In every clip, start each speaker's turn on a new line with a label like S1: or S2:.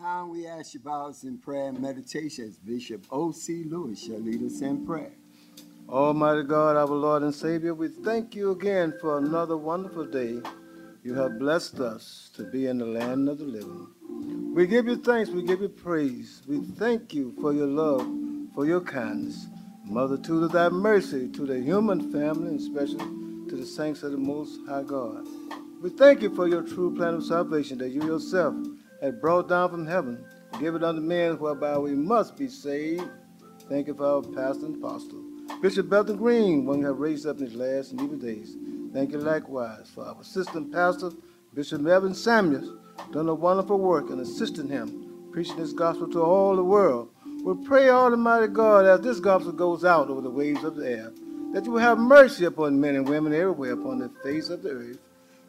S1: time we ask Shabbat in prayer and meditation as Bishop O.C. Lewis shall lead us in prayer.
S2: Almighty God, our Lord and Savior, we thank you again for another wonderful day. You have blessed us to be in the land of the living. We give you thanks, we give you praise. We thank you for your love, for your kindness. Mother, too, to thy mercy, to the human family, and especially to the saints of the Most High God. We thank you for your true plan of salvation that you yourself had brought down from heaven, give it unto men whereby we must be saved. Thank you for our pastor and apostle. Bishop Belton Green, one you have raised up in his last and evil days. Thank you likewise for our assistant pastor, Bishop Melvin Samuels, done a wonderful work in assisting him, preaching this gospel to all the world. We pray, Almighty God, as this gospel goes out over the waves of the air, that you will have mercy upon men and women everywhere upon the face of the earth.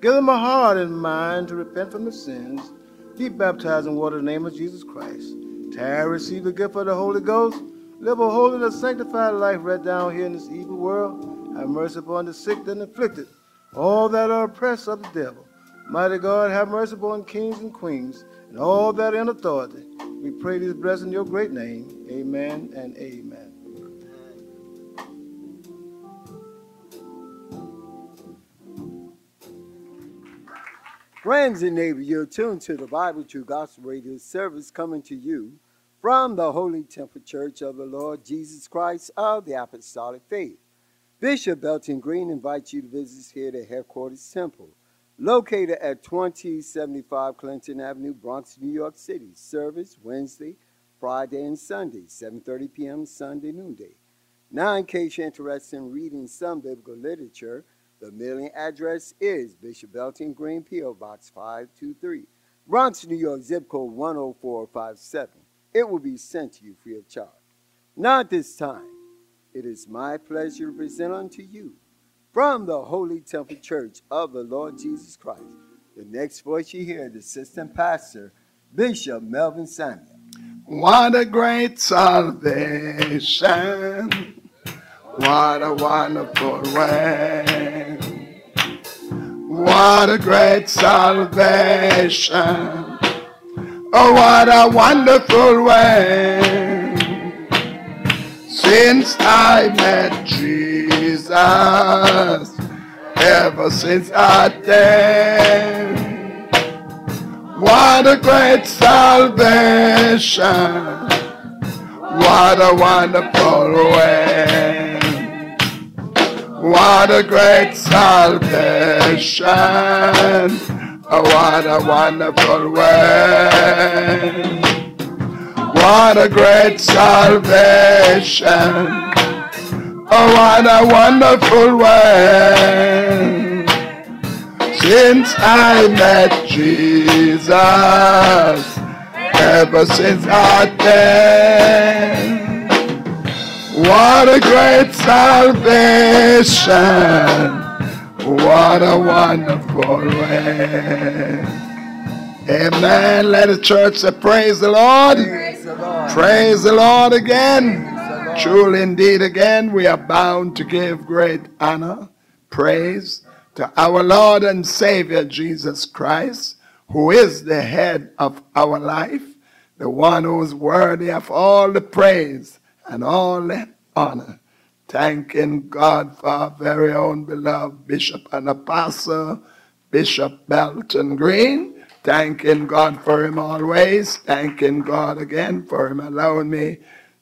S2: Give them a heart and mind to repent from their sins, be baptized in water in the name of Jesus Christ. Tarry, receive the gift of the Holy Ghost. Live a holy and a sanctified life right down here in this evil world. Have mercy upon the sick and afflicted, all that are oppressed of the devil. Mighty God, have mercy upon kings and queens and all that are in authority. We pray this blessing in your great name. Amen and amen.
S1: Friends and neighbors, you're tuned to the Bible True Gospel Radio service coming to you from the Holy Temple Church of the Lord Jesus Christ of the Apostolic Faith. Bishop Belton Green invites you to visit us here at Headquarters Temple, located at 2075 Clinton Avenue, Bronx, New York City. Service Wednesday, Friday, and Sunday, 7.30 p.m. Sunday noonday. Now, in case you're interested in reading some biblical literature, the mailing address is Bishop Belton Green, P.O. Box 523, Bronx, New York, zip code 10457. It will be sent to you free of charge. Now at this time, it is my pleasure to present unto you from the Holy Temple Church of the Lord Jesus Christ. The next voice you hear, the assistant pastor, Bishop Melvin Samuel.
S3: What a great salvation! What a wonderful way. What a great salvation. Oh, what a wonderful way. Since I met Jesus, ever since that day. What a great salvation. What a wonderful way. What a great salvation. Oh, what a wonderful way. What a great salvation. Oh, what a wonderful way. Since I met Jesus, ever since that day. What a great salvation. What a wonderful way. Amen. Let the church say, praise the Lord.
S1: Praise the Lord.
S3: Praise the Lord again.
S1: the Lord.
S3: Truly indeed again, we are bound to give great honor, praise to our Lord and Savior Jesus Christ, who is the head of our life, the one who is worthy of all the praise and all the honor. Thanking God for our very own beloved Bishop and Apostle, Bishop Belton Green. Thanking God for him always. Thanking God again for him allowing me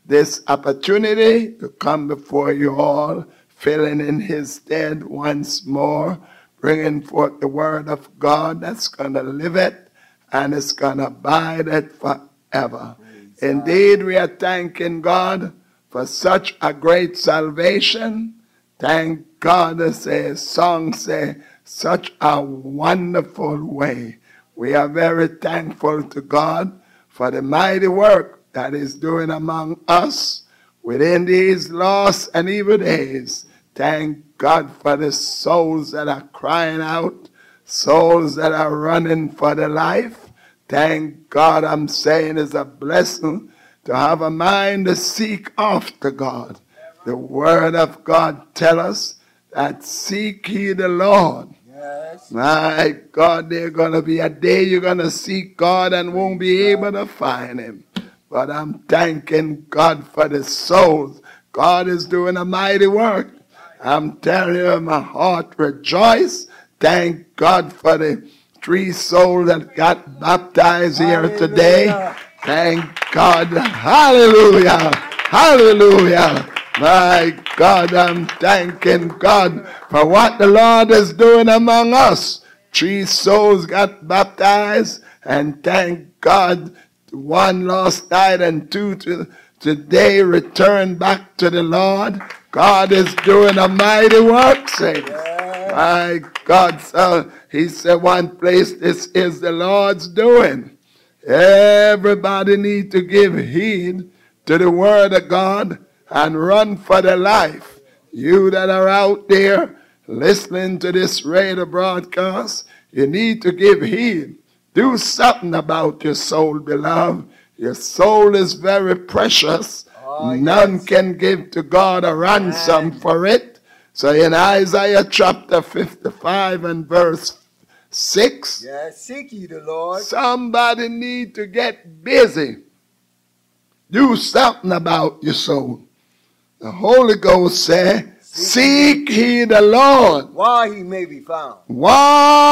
S3: this opportunity to come before you all, filling in his stead once more, bringing forth the word of God that's going to live it and it's going to abide it forever. Indeed, we are thanking God for such a great salvation. Thank God, as a song say, such a wonderful way. We are very thankful to God for the mighty work that is doing among us within these lost and evil days. Thank God for the souls that are crying out, souls that are running for their life. Thank God, I'm saying it's a blessing to have a mind to seek after God. The Word of God tell us that seek ye the Lord
S1: Yes.
S3: My God, there's going to be a day you're going to seek God and won't be able to find Him. But I'm thanking God for the souls. God is doing a mighty work. I'm telling you, my heart rejoice. Thank God for the three souls that got baptized here today.
S1: Hallelujah.
S3: Thank God. Hallelujah. Hallelujah. My God, I'm thanking God for what the Lord is doing among us. Three souls got baptized, and thank God, one lost died, and two to, today returned back to the Lord. God is doing a mighty work, saints. My God, so he said, one place this is the Lord's doing. Everybody need to give heed to the word of God and run for their life. You that are out there listening to this radio broadcast, you need to give heed. Do something about your soul, beloved. Your soul is very precious. None can give to God a ransom for it. So in Isaiah chapter 55 and verse 6,
S1: Yes. Seek ye the Lord.
S3: Somebody need to get busy. Do something about your soul. The Holy Ghost said, Seek ye the Lord
S1: While he may be found.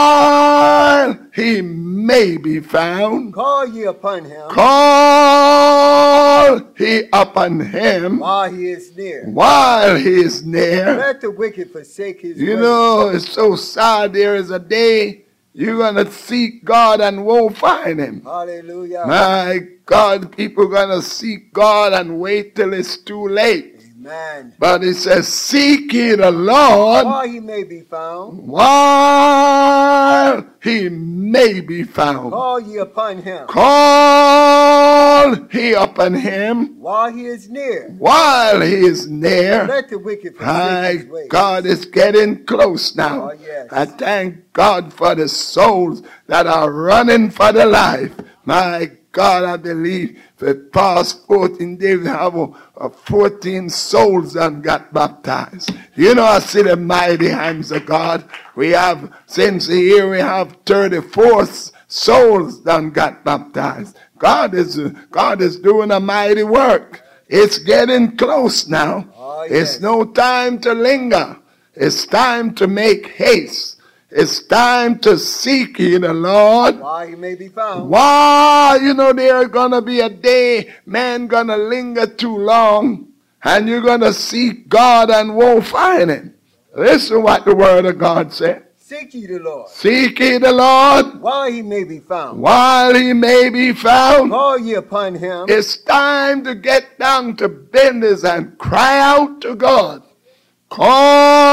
S3: while he may be found.
S1: Call ye upon him
S3: Call he upon him
S1: while he is near.
S3: while he is near.
S1: Let the wicked forsake his
S3: You
S1: way.
S3: know, it's so sad. There is a day you're going to seek God and won't find him.
S1: Hallelujah.
S3: My God, people gonna seek God and wait till it's too late.
S1: Amen.
S3: But it says, seek ye the Lord
S1: While he may be found.
S3: while he may be found.
S1: Call ye upon him
S3: Call he upon him
S1: while he is near.
S3: while he is near.
S1: Let the wicked forsake
S3: My
S1: his way.
S3: God, it's getting close now.
S1: Oh, yes.
S3: I thank God for the souls that are running for the life. My God, I believe for the past 14 days, we have uh, uh, 14 souls that got baptized. You know, I see the mighty hands of God. We have, since here, we have 34 s- souls that got baptized. God is, uh, God is doing a mighty work. It's getting close now.
S1: Oh,
S3: It's
S1: yes.
S3: no time to linger. It's time to make haste. It's time to seek ye the Lord.
S1: While he may be found.
S3: Wow, you know there's gonna be a day man gonna linger too long, and you're gonna seek God and won't find him. Listen what the word of God said.
S1: Seek ye the Lord
S3: Seek ye the Lord
S1: while he may be found.
S3: while he may be found.
S1: Call ye upon him
S3: It's time to get down to business and cry out to God.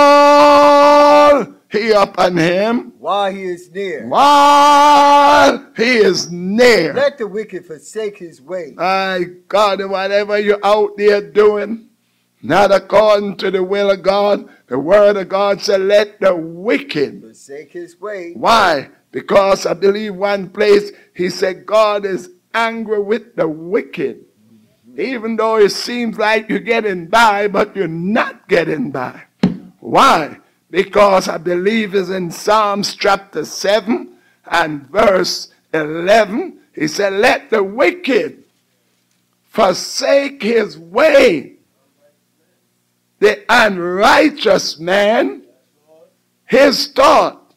S3: Call he upon him
S1: while he is near.
S3: while he is near.
S1: Let the wicked forsake his way.
S3: My God, whatever you're out there doing, not according to the will of God, the word of God said, let the wicked
S1: Forsake his way.
S3: Why? Because I believe one place he said God is angry with the wicked. Even though it seems like you're getting by, but you're not getting by. Why? Because I believe is in Psalms chapter 7 and verse 11. He said, Let the wicked forsake his way, the unrighteous man his thought.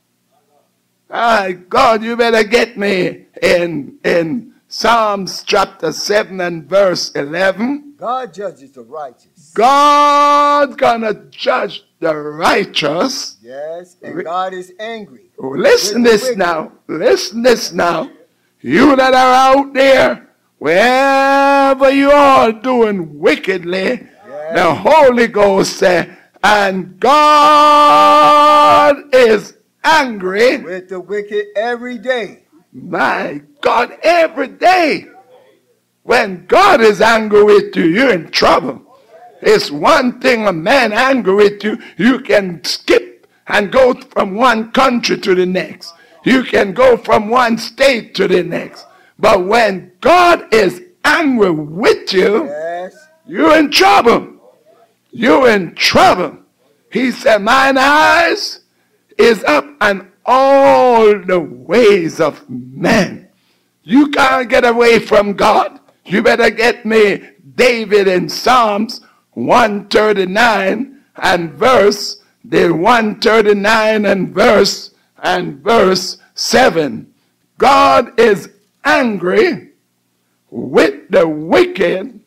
S3: My Ah, God, you better get me in in Psalms chapter 7 and verse 11.
S1: God judges the righteous.
S3: God gonna judge the righteous.
S1: Yes, and
S3: Re-
S1: God is angry.
S3: Listen this now. Listen this now. You that are out there, wherever you are doing wickedly, the Holy Ghost said, and God is angry
S1: With the wicked every day.
S3: My God, every day when God is angry with you, you're in trouble. It's one thing a man angry with you, you can skip and go from one country to the next. You can go from one state to the next. But when God is angry with you,
S1: Yes,
S3: you're in trouble. You're in trouble. He said, Mine eyes is up and all the ways of men. You can't get away from God. You better get me David in Psalms 139 and verse the 139 and verse and verse 7. God is angry with the wicked.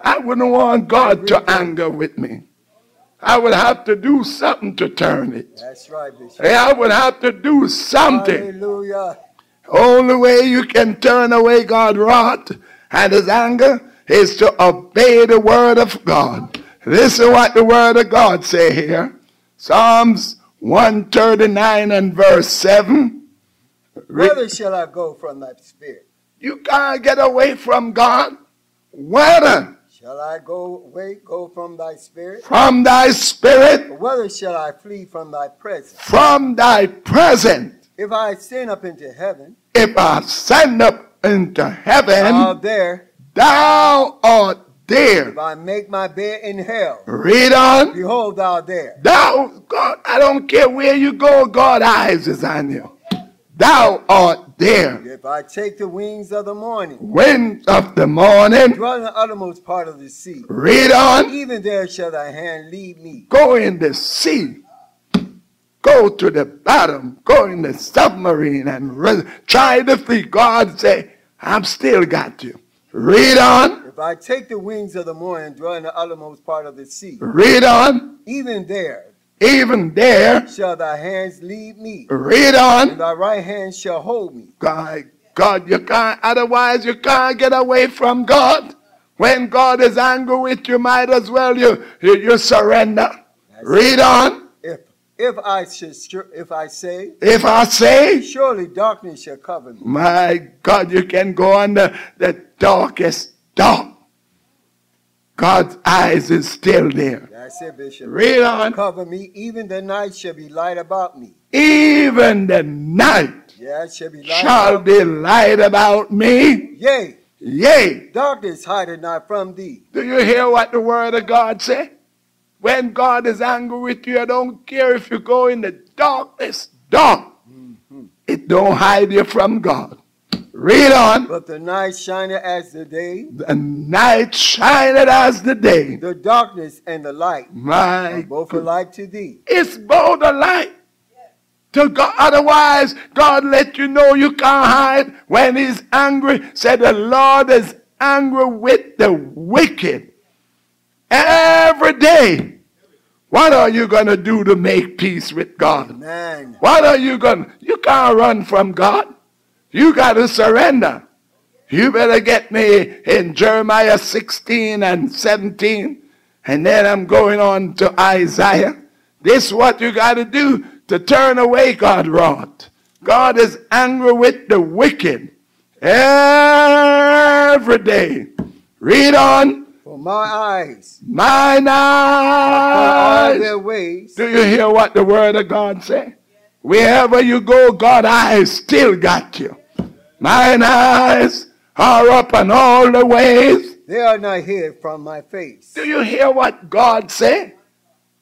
S3: I wouldn't want God to anger with me. I would have to do something to turn it.
S1: That's right, Bishop.
S3: I would have to do something.
S1: Hallelujah.
S3: Only way you can turn away God's wrath and his anger is to obey the word of God. Listen what the word of God say here. Psalms 139 and verse 7. Re-
S1: Whither shall I go from thy spirit?
S3: You can't get away from God. Whether
S1: Shall I go away, go from thy spirit?
S3: from thy spirit,
S1: Whither shall I flee from thy presence?
S3: from thy presence,
S1: If I ascend up into heaven,
S3: if I send up into heaven,
S1: out there,
S3: thou art there.
S1: if I make my bed in hell,
S3: Read on.
S1: behold thou there.
S3: Thou, God, I don't care where you go, God eyes is on you. Thou art there.
S1: If I take the wings of the morning,
S3: Wind of the morning,
S1: dwell in the uttermost part of the sea,
S3: read on,
S1: even there shall thy hand lead me.
S3: go in the sea, go to the bottom, go in the submarine and re- try to flee. God say, I've still got you. Read on,
S1: If I take the wings of the morning, dwell in the uttermost part of the sea,
S3: read on,
S1: even there
S3: even there,
S1: shall thy hands lead me,
S3: read
S1: and
S3: on.
S1: thy right hand shall hold me.
S3: God, God, you can't, otherwise you can't get away from God. When God is angry with you, might as well you, you, you surrender.
S1: That's
S3: Read on.
S1: If if I should str- if I say,
S3: If I say,
S1: surely darkness shall cover me,
S3: my God, you can go on the, the darkest dark. God's eyes is still there.
S1: that's it, Bishop.
S3: Read on.
S1: Cover me, even the night shall be light about me.
S3: Even the night
S1: Yeah, it shall be light.
S3: shall
S1: about me.
S3: be light about me.
S1: Yea,
S3: Yea.
S1: darkness hideth not from thee.
S3: Do you hear what the word of God say? When God is angry with you, I don't care if you go in the darkest dark. It don't hide you from God. Read on.
S1: But the night shineth as the day,
S3: The night shineth as the day.
S1: the darkness and the light are
S3: My
S1: both
S3: God.
S1: alike to thee.
S3: It's both a light. To God, otherwise, God let you know you can't hide when He's angry. Said the Lord is angry with the wicked every day. What are you going to do to make peace with God?
S1: Man,
S3: What are you going to? You can't run from God. You got to surrender. You better get me in Jeremiah 16 and 17. And then I'm going on to Isaiah. This is what you got to do to turn away God wrath. God is angry with the wicked every day. Read on.
S1: for my eyes
S3: Mine
S1: are all
S3: eyes.
S1: their ways,
S3: Do you hear what the word of God say? Wherever you go, God eyes still got you. Mine eyes are up on all the ways.
S1: they are not hid from my face.
S3: Do you hear what God say?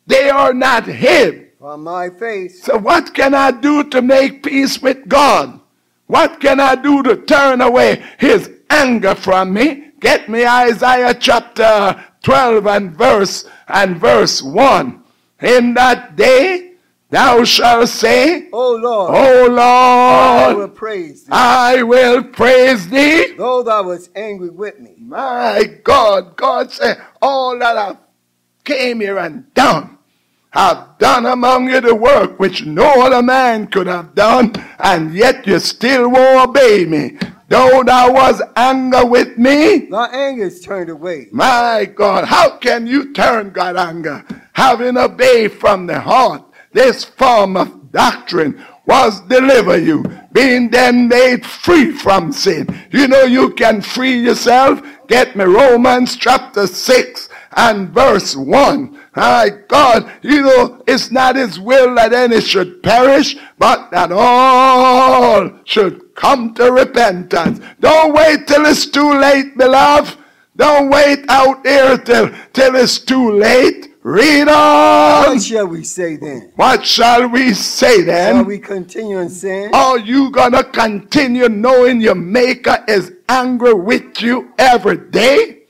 S3: They are not hid.
S1: From my face,
S3: So what can I do to make peace with God? What can I do to turn away his anger from me? Get me Isaiah chapter 12 and verse and verse 1. In that day thou shalt say,
S1: O Lord,
S3: O
S1: I will
S3: Lord,
S1: praise thee.
S3: Oh, I will praise thee.
S1: Though thou wast angry with me,
S3: My God, God said, all that I came here and done, I've done among you the work which no other man could have done, and yet you still won't obey me. Though thou was anger with me,
S1: thy anger is turned away.
S3: my God, how can you turn God anger? Having obeyed from the heart, this form of doctrine was deliver you, being then made free from sin. You know you can free yourself. Get me Romans chapter 6 and verse 1. My God, you know, it's not his will that any should perish, but that all should come to repentance. Don't wait till it's too late, beloved. Don't wait out there till, till it's too late. Read on.
S1: What shall we say then?
S3: What shall we say
S1: Shall
S3: then?
S1: we continue in sin?
S3: Are you gonna continue knowing your maker is angry with you every day?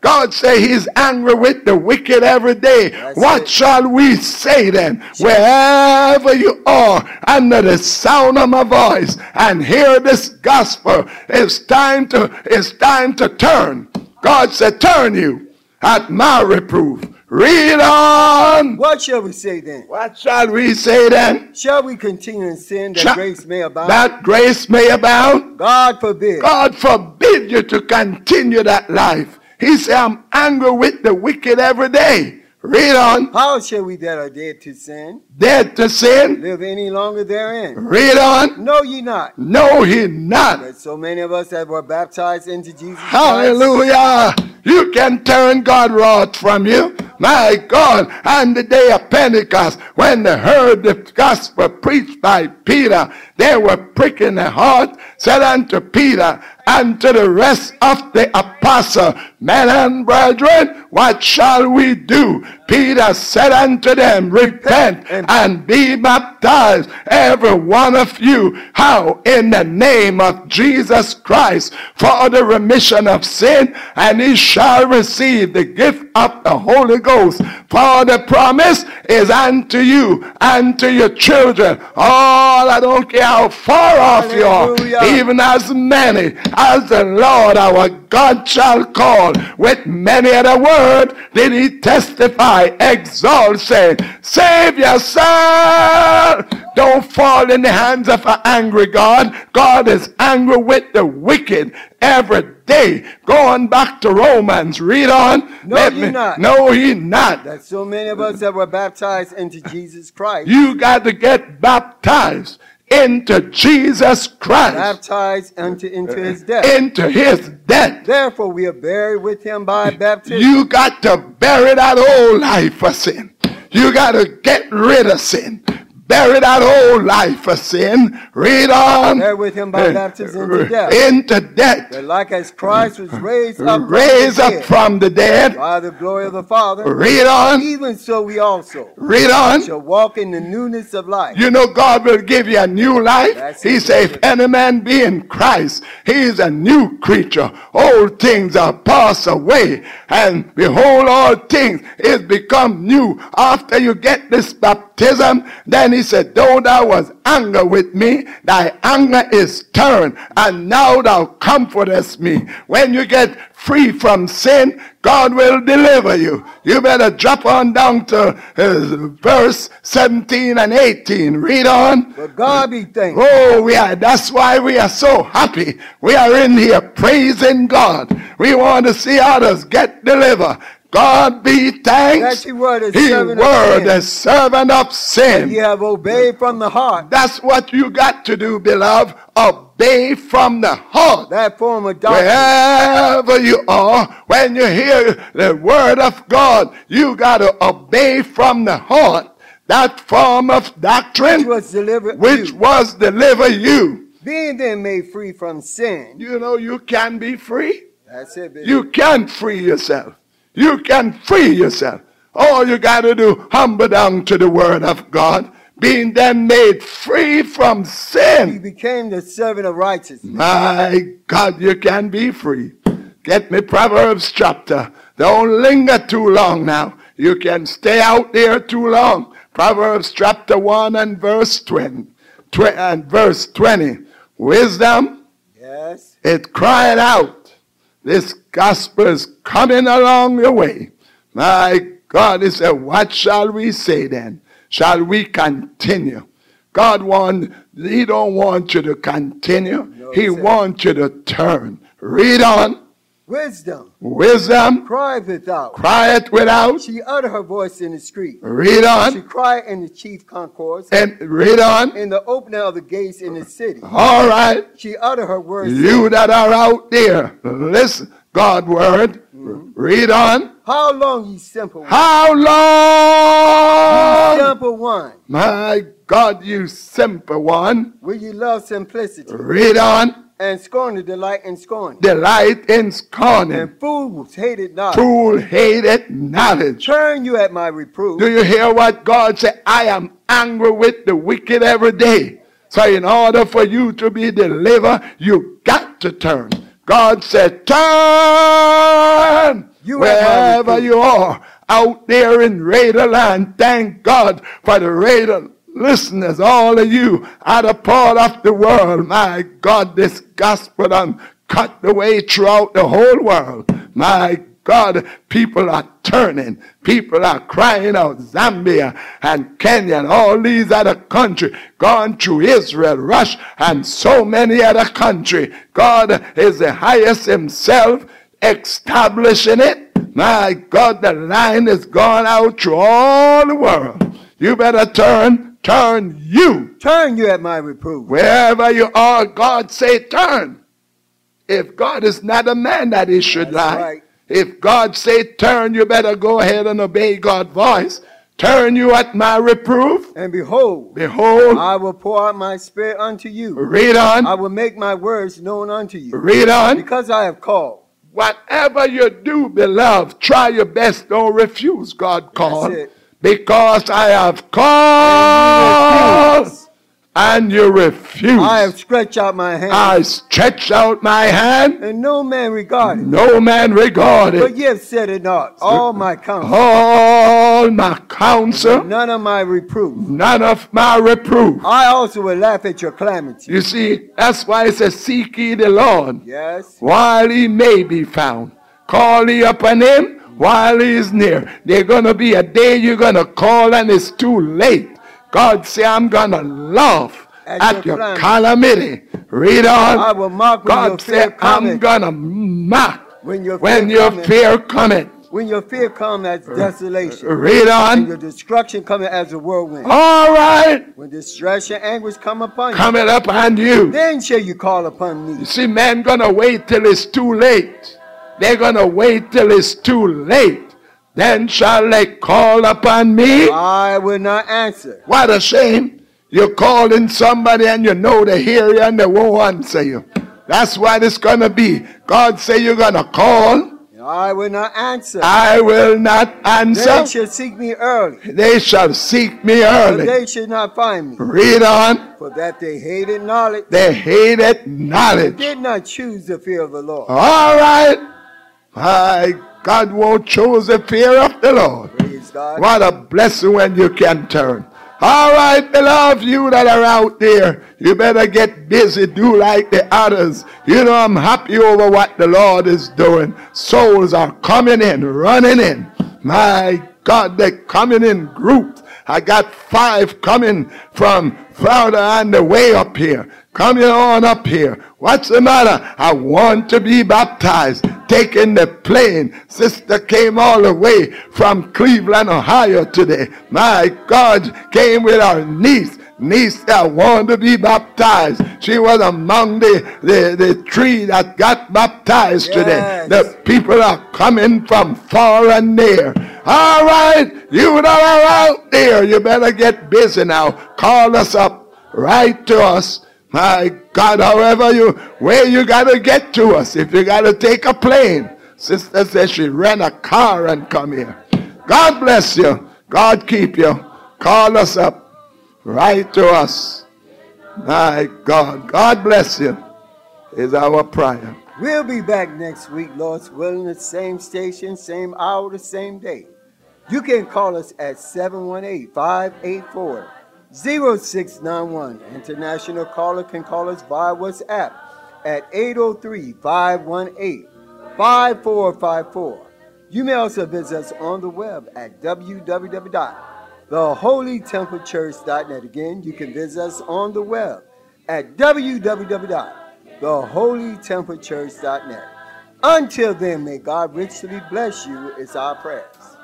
S3: God say he's angry with the wicked every day.
S1: That's
S3: what
S1: it.
S3: shall we say then?
S1: Sure.
S3: Wherever you are, under the sound of my voice, and hear this gospel, it's time to it's time to turn. God said, turn you at my reproof. Read on.
S1: What shall we say then?
S3: What shall we say then?
S1: Shall we continue in sin that
S3: Shall-
S1: grace may abound?
S3: That grace may abound.
S1: God forbid.
S3: God forbid you to continue that life. He said, I'm angry with the wicked every day. Read on.
S1: How shall we that are dead to sin
S3: Dead to sin.
S1: live any longer therein?
S3: Read on.
S1: Know ye not
S3: No, he not.
S1: that so many of us that were baptized into Jesus Christ
S3: Hallelujah. You can turn God wrath from you. My God, on the day of Pentecost, when they heard the gospel preached by Peter, they were pricking the heart, said unto Peter and to the rest of the apostle, Men and brethren, what shall we do? Peter said unto them, Repent and be baptized, every one of you. How? In the name of Jesus Christ, for the remission of sin, and he shall receive the gift of the Holy Ghost. For the promise is unto you and to your children. All I don't care how far off you
S1: Hallelujah.
S3: are, even as many as the Lord our God shall call. With many other word did he testify, exalt, saying, Save yourself! Don't fall in the hands of an angry God. God is angry with the wicked every day. Going back to Romans, read on.
S1: No, ye not.
S3: No, he not.
S1: that so many of us that were baptized into Jesus Christ
S3: You got to get baptized into Jesus Christ,
S1: baptized unto into
S3: Uh,
S1: his death.
S3: into his death.
S1: Therefore we are buried with him by baptism.
S3: You got to bury that old life of sin. You got to get rid of sin. Bury that old life of sin. Read on. Eh,
S1: Buried with him by baptism into death.
S3: Into death.
S1: That like as Christ was raised up, from the
S3: Raise up
S1: dead
S3: from the dead.
S1: by the glory of the Father,
S3: Read on.
S1: even so we also
S3: Read on.
S1: shall walk in the newness of life.
S3: You know, God will give you a new life.
S1: That's
S3: he
S1: it,
S3: said, if
S1: brother.
S3: any man be in Christ, he is a new creature. Old things are passed away, and behold, all things is become new. After you get this baptism, then he said, Though thou was anger with me, thy anger is turned, and now thou comfortest me. When you get free from sin, God will deliver you. You better drop on down to uh, verse 17 and 18. Read on.
S1: But God be thanked
S3: Oh, we are. That's why we are so happy. We are in here praising God. We want to see others get delivered. God be
S1: that
S3: thanks.
S1: you were the
S3: He
S1: servant
S3: were
S1: of
S3: the
S1: sin.
S3: servant of sin.
S1: You have obeyed from the heart
S3: That's what you got to do, beloved. Obey from the heart.
S1: that form of doctrine.
S3: Wherever you are, when you hear the word of God, you got to obey from the heart that form of
S1: Which
S3: doctrine
S1: was delivered
S3: which
S1: you.
S3: was deliver you.
S1: being then made free from sin.
S3: You know, you can be free.
S1: That's it, baby.
S3: You can free yourself. You can free yourself. All you got to do, humble down to the word of God, being then made free from sin.
S1: he became the servant of righteousness.
S3: My God, you can be free. Get me Proverbs chapter. Don't linger too long now. You can stay out there too long. Proverbs chapter 1 and verse 20. Tw- and verse 20. Wisdom,
S1: Yes.
S3: it cried out. This gospel is coming along your way. My God, he said, What shall we say then? Shall we continue? God want He don't want you to continue.
S1: No,
S3: he
S1: he said-
S3: wants you to turn. Read on.
S1: Wisdom
S3: Wisdom
S1: cried without.
S3: crieth without.
S1: She uttered her voice in the street.
S3: Read
S1: She
S3: on.
S1: cried in the chief concourse,
S3: And read on.
S1: in the opening of the gates in the city.
S3: All right.
S1: She uttered her words.
S3: You that are out there, listen, God word.
S1: Mm-hmm.
S3: Read on.
S1: How long ye simple one?
S3: How long?
S1: Simple one,
S3: My God, you simple one.
S1: will you love simplicity?
S3: Read on.
S1: and scorned, delight in scorning.
S3: delight in scorning.
S1: And fools hated not.
S3: Fool hated knowledge.
S1: Turn you at my reproof.
S3: Do you hear what God said? I am angry with the wicked every day. So, in order for you to be delivered, you got to turn. God said, Turn
S1: You have my
S3: wherever
S1: reproof.
S3: you are out there in Raider Land. Thank God for the Raider listeners, all of you out of part of the world. My God, this gospel done cut the way throughout the whole world. My God, people are turning. People are crying out. Zambia and Kenya and all these other countries gone through Israel, Russia, and so many other countries. God is the highest himself establishing it. My God, the line is gone out through all the world. You better turn, turn you.
S1: Turn you at my reproof.
S3: Wherever you are, God say turn. If God is not a man that he should
S1: That's
S3: lie.
S1: right.
S3: If God say turn, you better go ahead and obey God's voice. Turn you at my reproof.
S1: And behold,
S3: Behold,
S1: I will pour out my spirit unto you.
S3: read
S1: I
S3: on,
S1: will make my words known unto you.
S3: read on.
S1: Because I have called.
S3: Whatever you do, beloved, try your best. Don't refuse God call.
S1: it.
S3: Because I have called and you refuse.
S1: I have stretched out my hand.
S3: I stretched out my hand.
S1: and no man regarded.
S3: No man
S1: But
S3: regarded
S1: ye have said it not. All my counsel.
S3: all my counsel,
S1: None of my reproof.
S3: none of my reproof.
S1: I also will laugh at your calamity.
S3: You see, that's why it says, Seek ye the Lord.
S1: Yes.
S3: while he may be found. Call ye upon him while he is near. There's gonna be a day you're gonna call and it's too late. God say, I'm gonna laugh
S1: At
S3: at,
S1: your
S3: your,
S1: calamity.
S3: calamity. Read on.
S1: I will mock when your
S3: God
S1: fear
S3: say, I'm
S1: cometh.
S3: gonna mock
S1: When your
S3: when
S1: fear
S3: your
S1: cometh.
S3: fear cometh.
S1: When your fear comes as
S3: Uh,
S1: desolation.
S3: Read
S1: And your
S3: on.
S1: destruction cometh as a whirlwind.
S3: All right,
S1: When distress and anguish come upon you.
S3: coming up on you.
S1: Then shall you call upon
S3: You
S1: me.
S3: see, man gonna wait till it's too late. They're gonna wait till it's too late. Then shall they call upon me.
S1: I will not answer.
S3: What a shame. You're calling somebody and you know they hear you and they won't answer you. That's what it's gonna be. God say you're gonna call.
S1: And I will not answer.
S3: I will not
S1: They
S3: answer.
S1: shall seek me early,
S3: They shall seek me
S1: but
S3: early.
S1: they should not find me.
S3: Read on.
S1: For that they hated knowledge,
S3: They hated
S1: they
S3: knowledge.
S1: did not choose the fear of the Lord.
S3: All right. My God won't choose the fear of the Lord.
S1: Praise God.
S3: What a blessing when you can turn. All right, beloved, you that are out there, you better get busy, do like the others. You know, I'm happy over what the Lord is doing. Souls are coming in, running in. My God, they're coming in groups. I got five coming from further on the way up here. Coming on up here. What's the matter? I want to be baptized. Taking the plane. Sister came all the way from Cleveland, Ohio today. My God came with her niece. Niece that wanted to be baptized. She was among the, the, the three that got baptized today.
S1: Yes.
S3: The people are coming from far and near. All right, you that are out there, you better get busy now. Call us up, write to us. My God, however you, where you gotta get to us. If you gotta take a plane, sister says she ran a car and come here. God bless you. God keep you. Call us up, write to us. My God, God bless you. Is our prayer.
S1: We'll be back next week, Lord's willing, the same station, same hour, the same day. You can call us at 718 584 0691. International caller can call us via WhatsApp at 803 518 5454. You may also visit us on the web at www.theholytemplechurch.net. Again, you can visit us on the web at www.theholytemplechurch.net. Until then, may God richly bless you, is our prayers.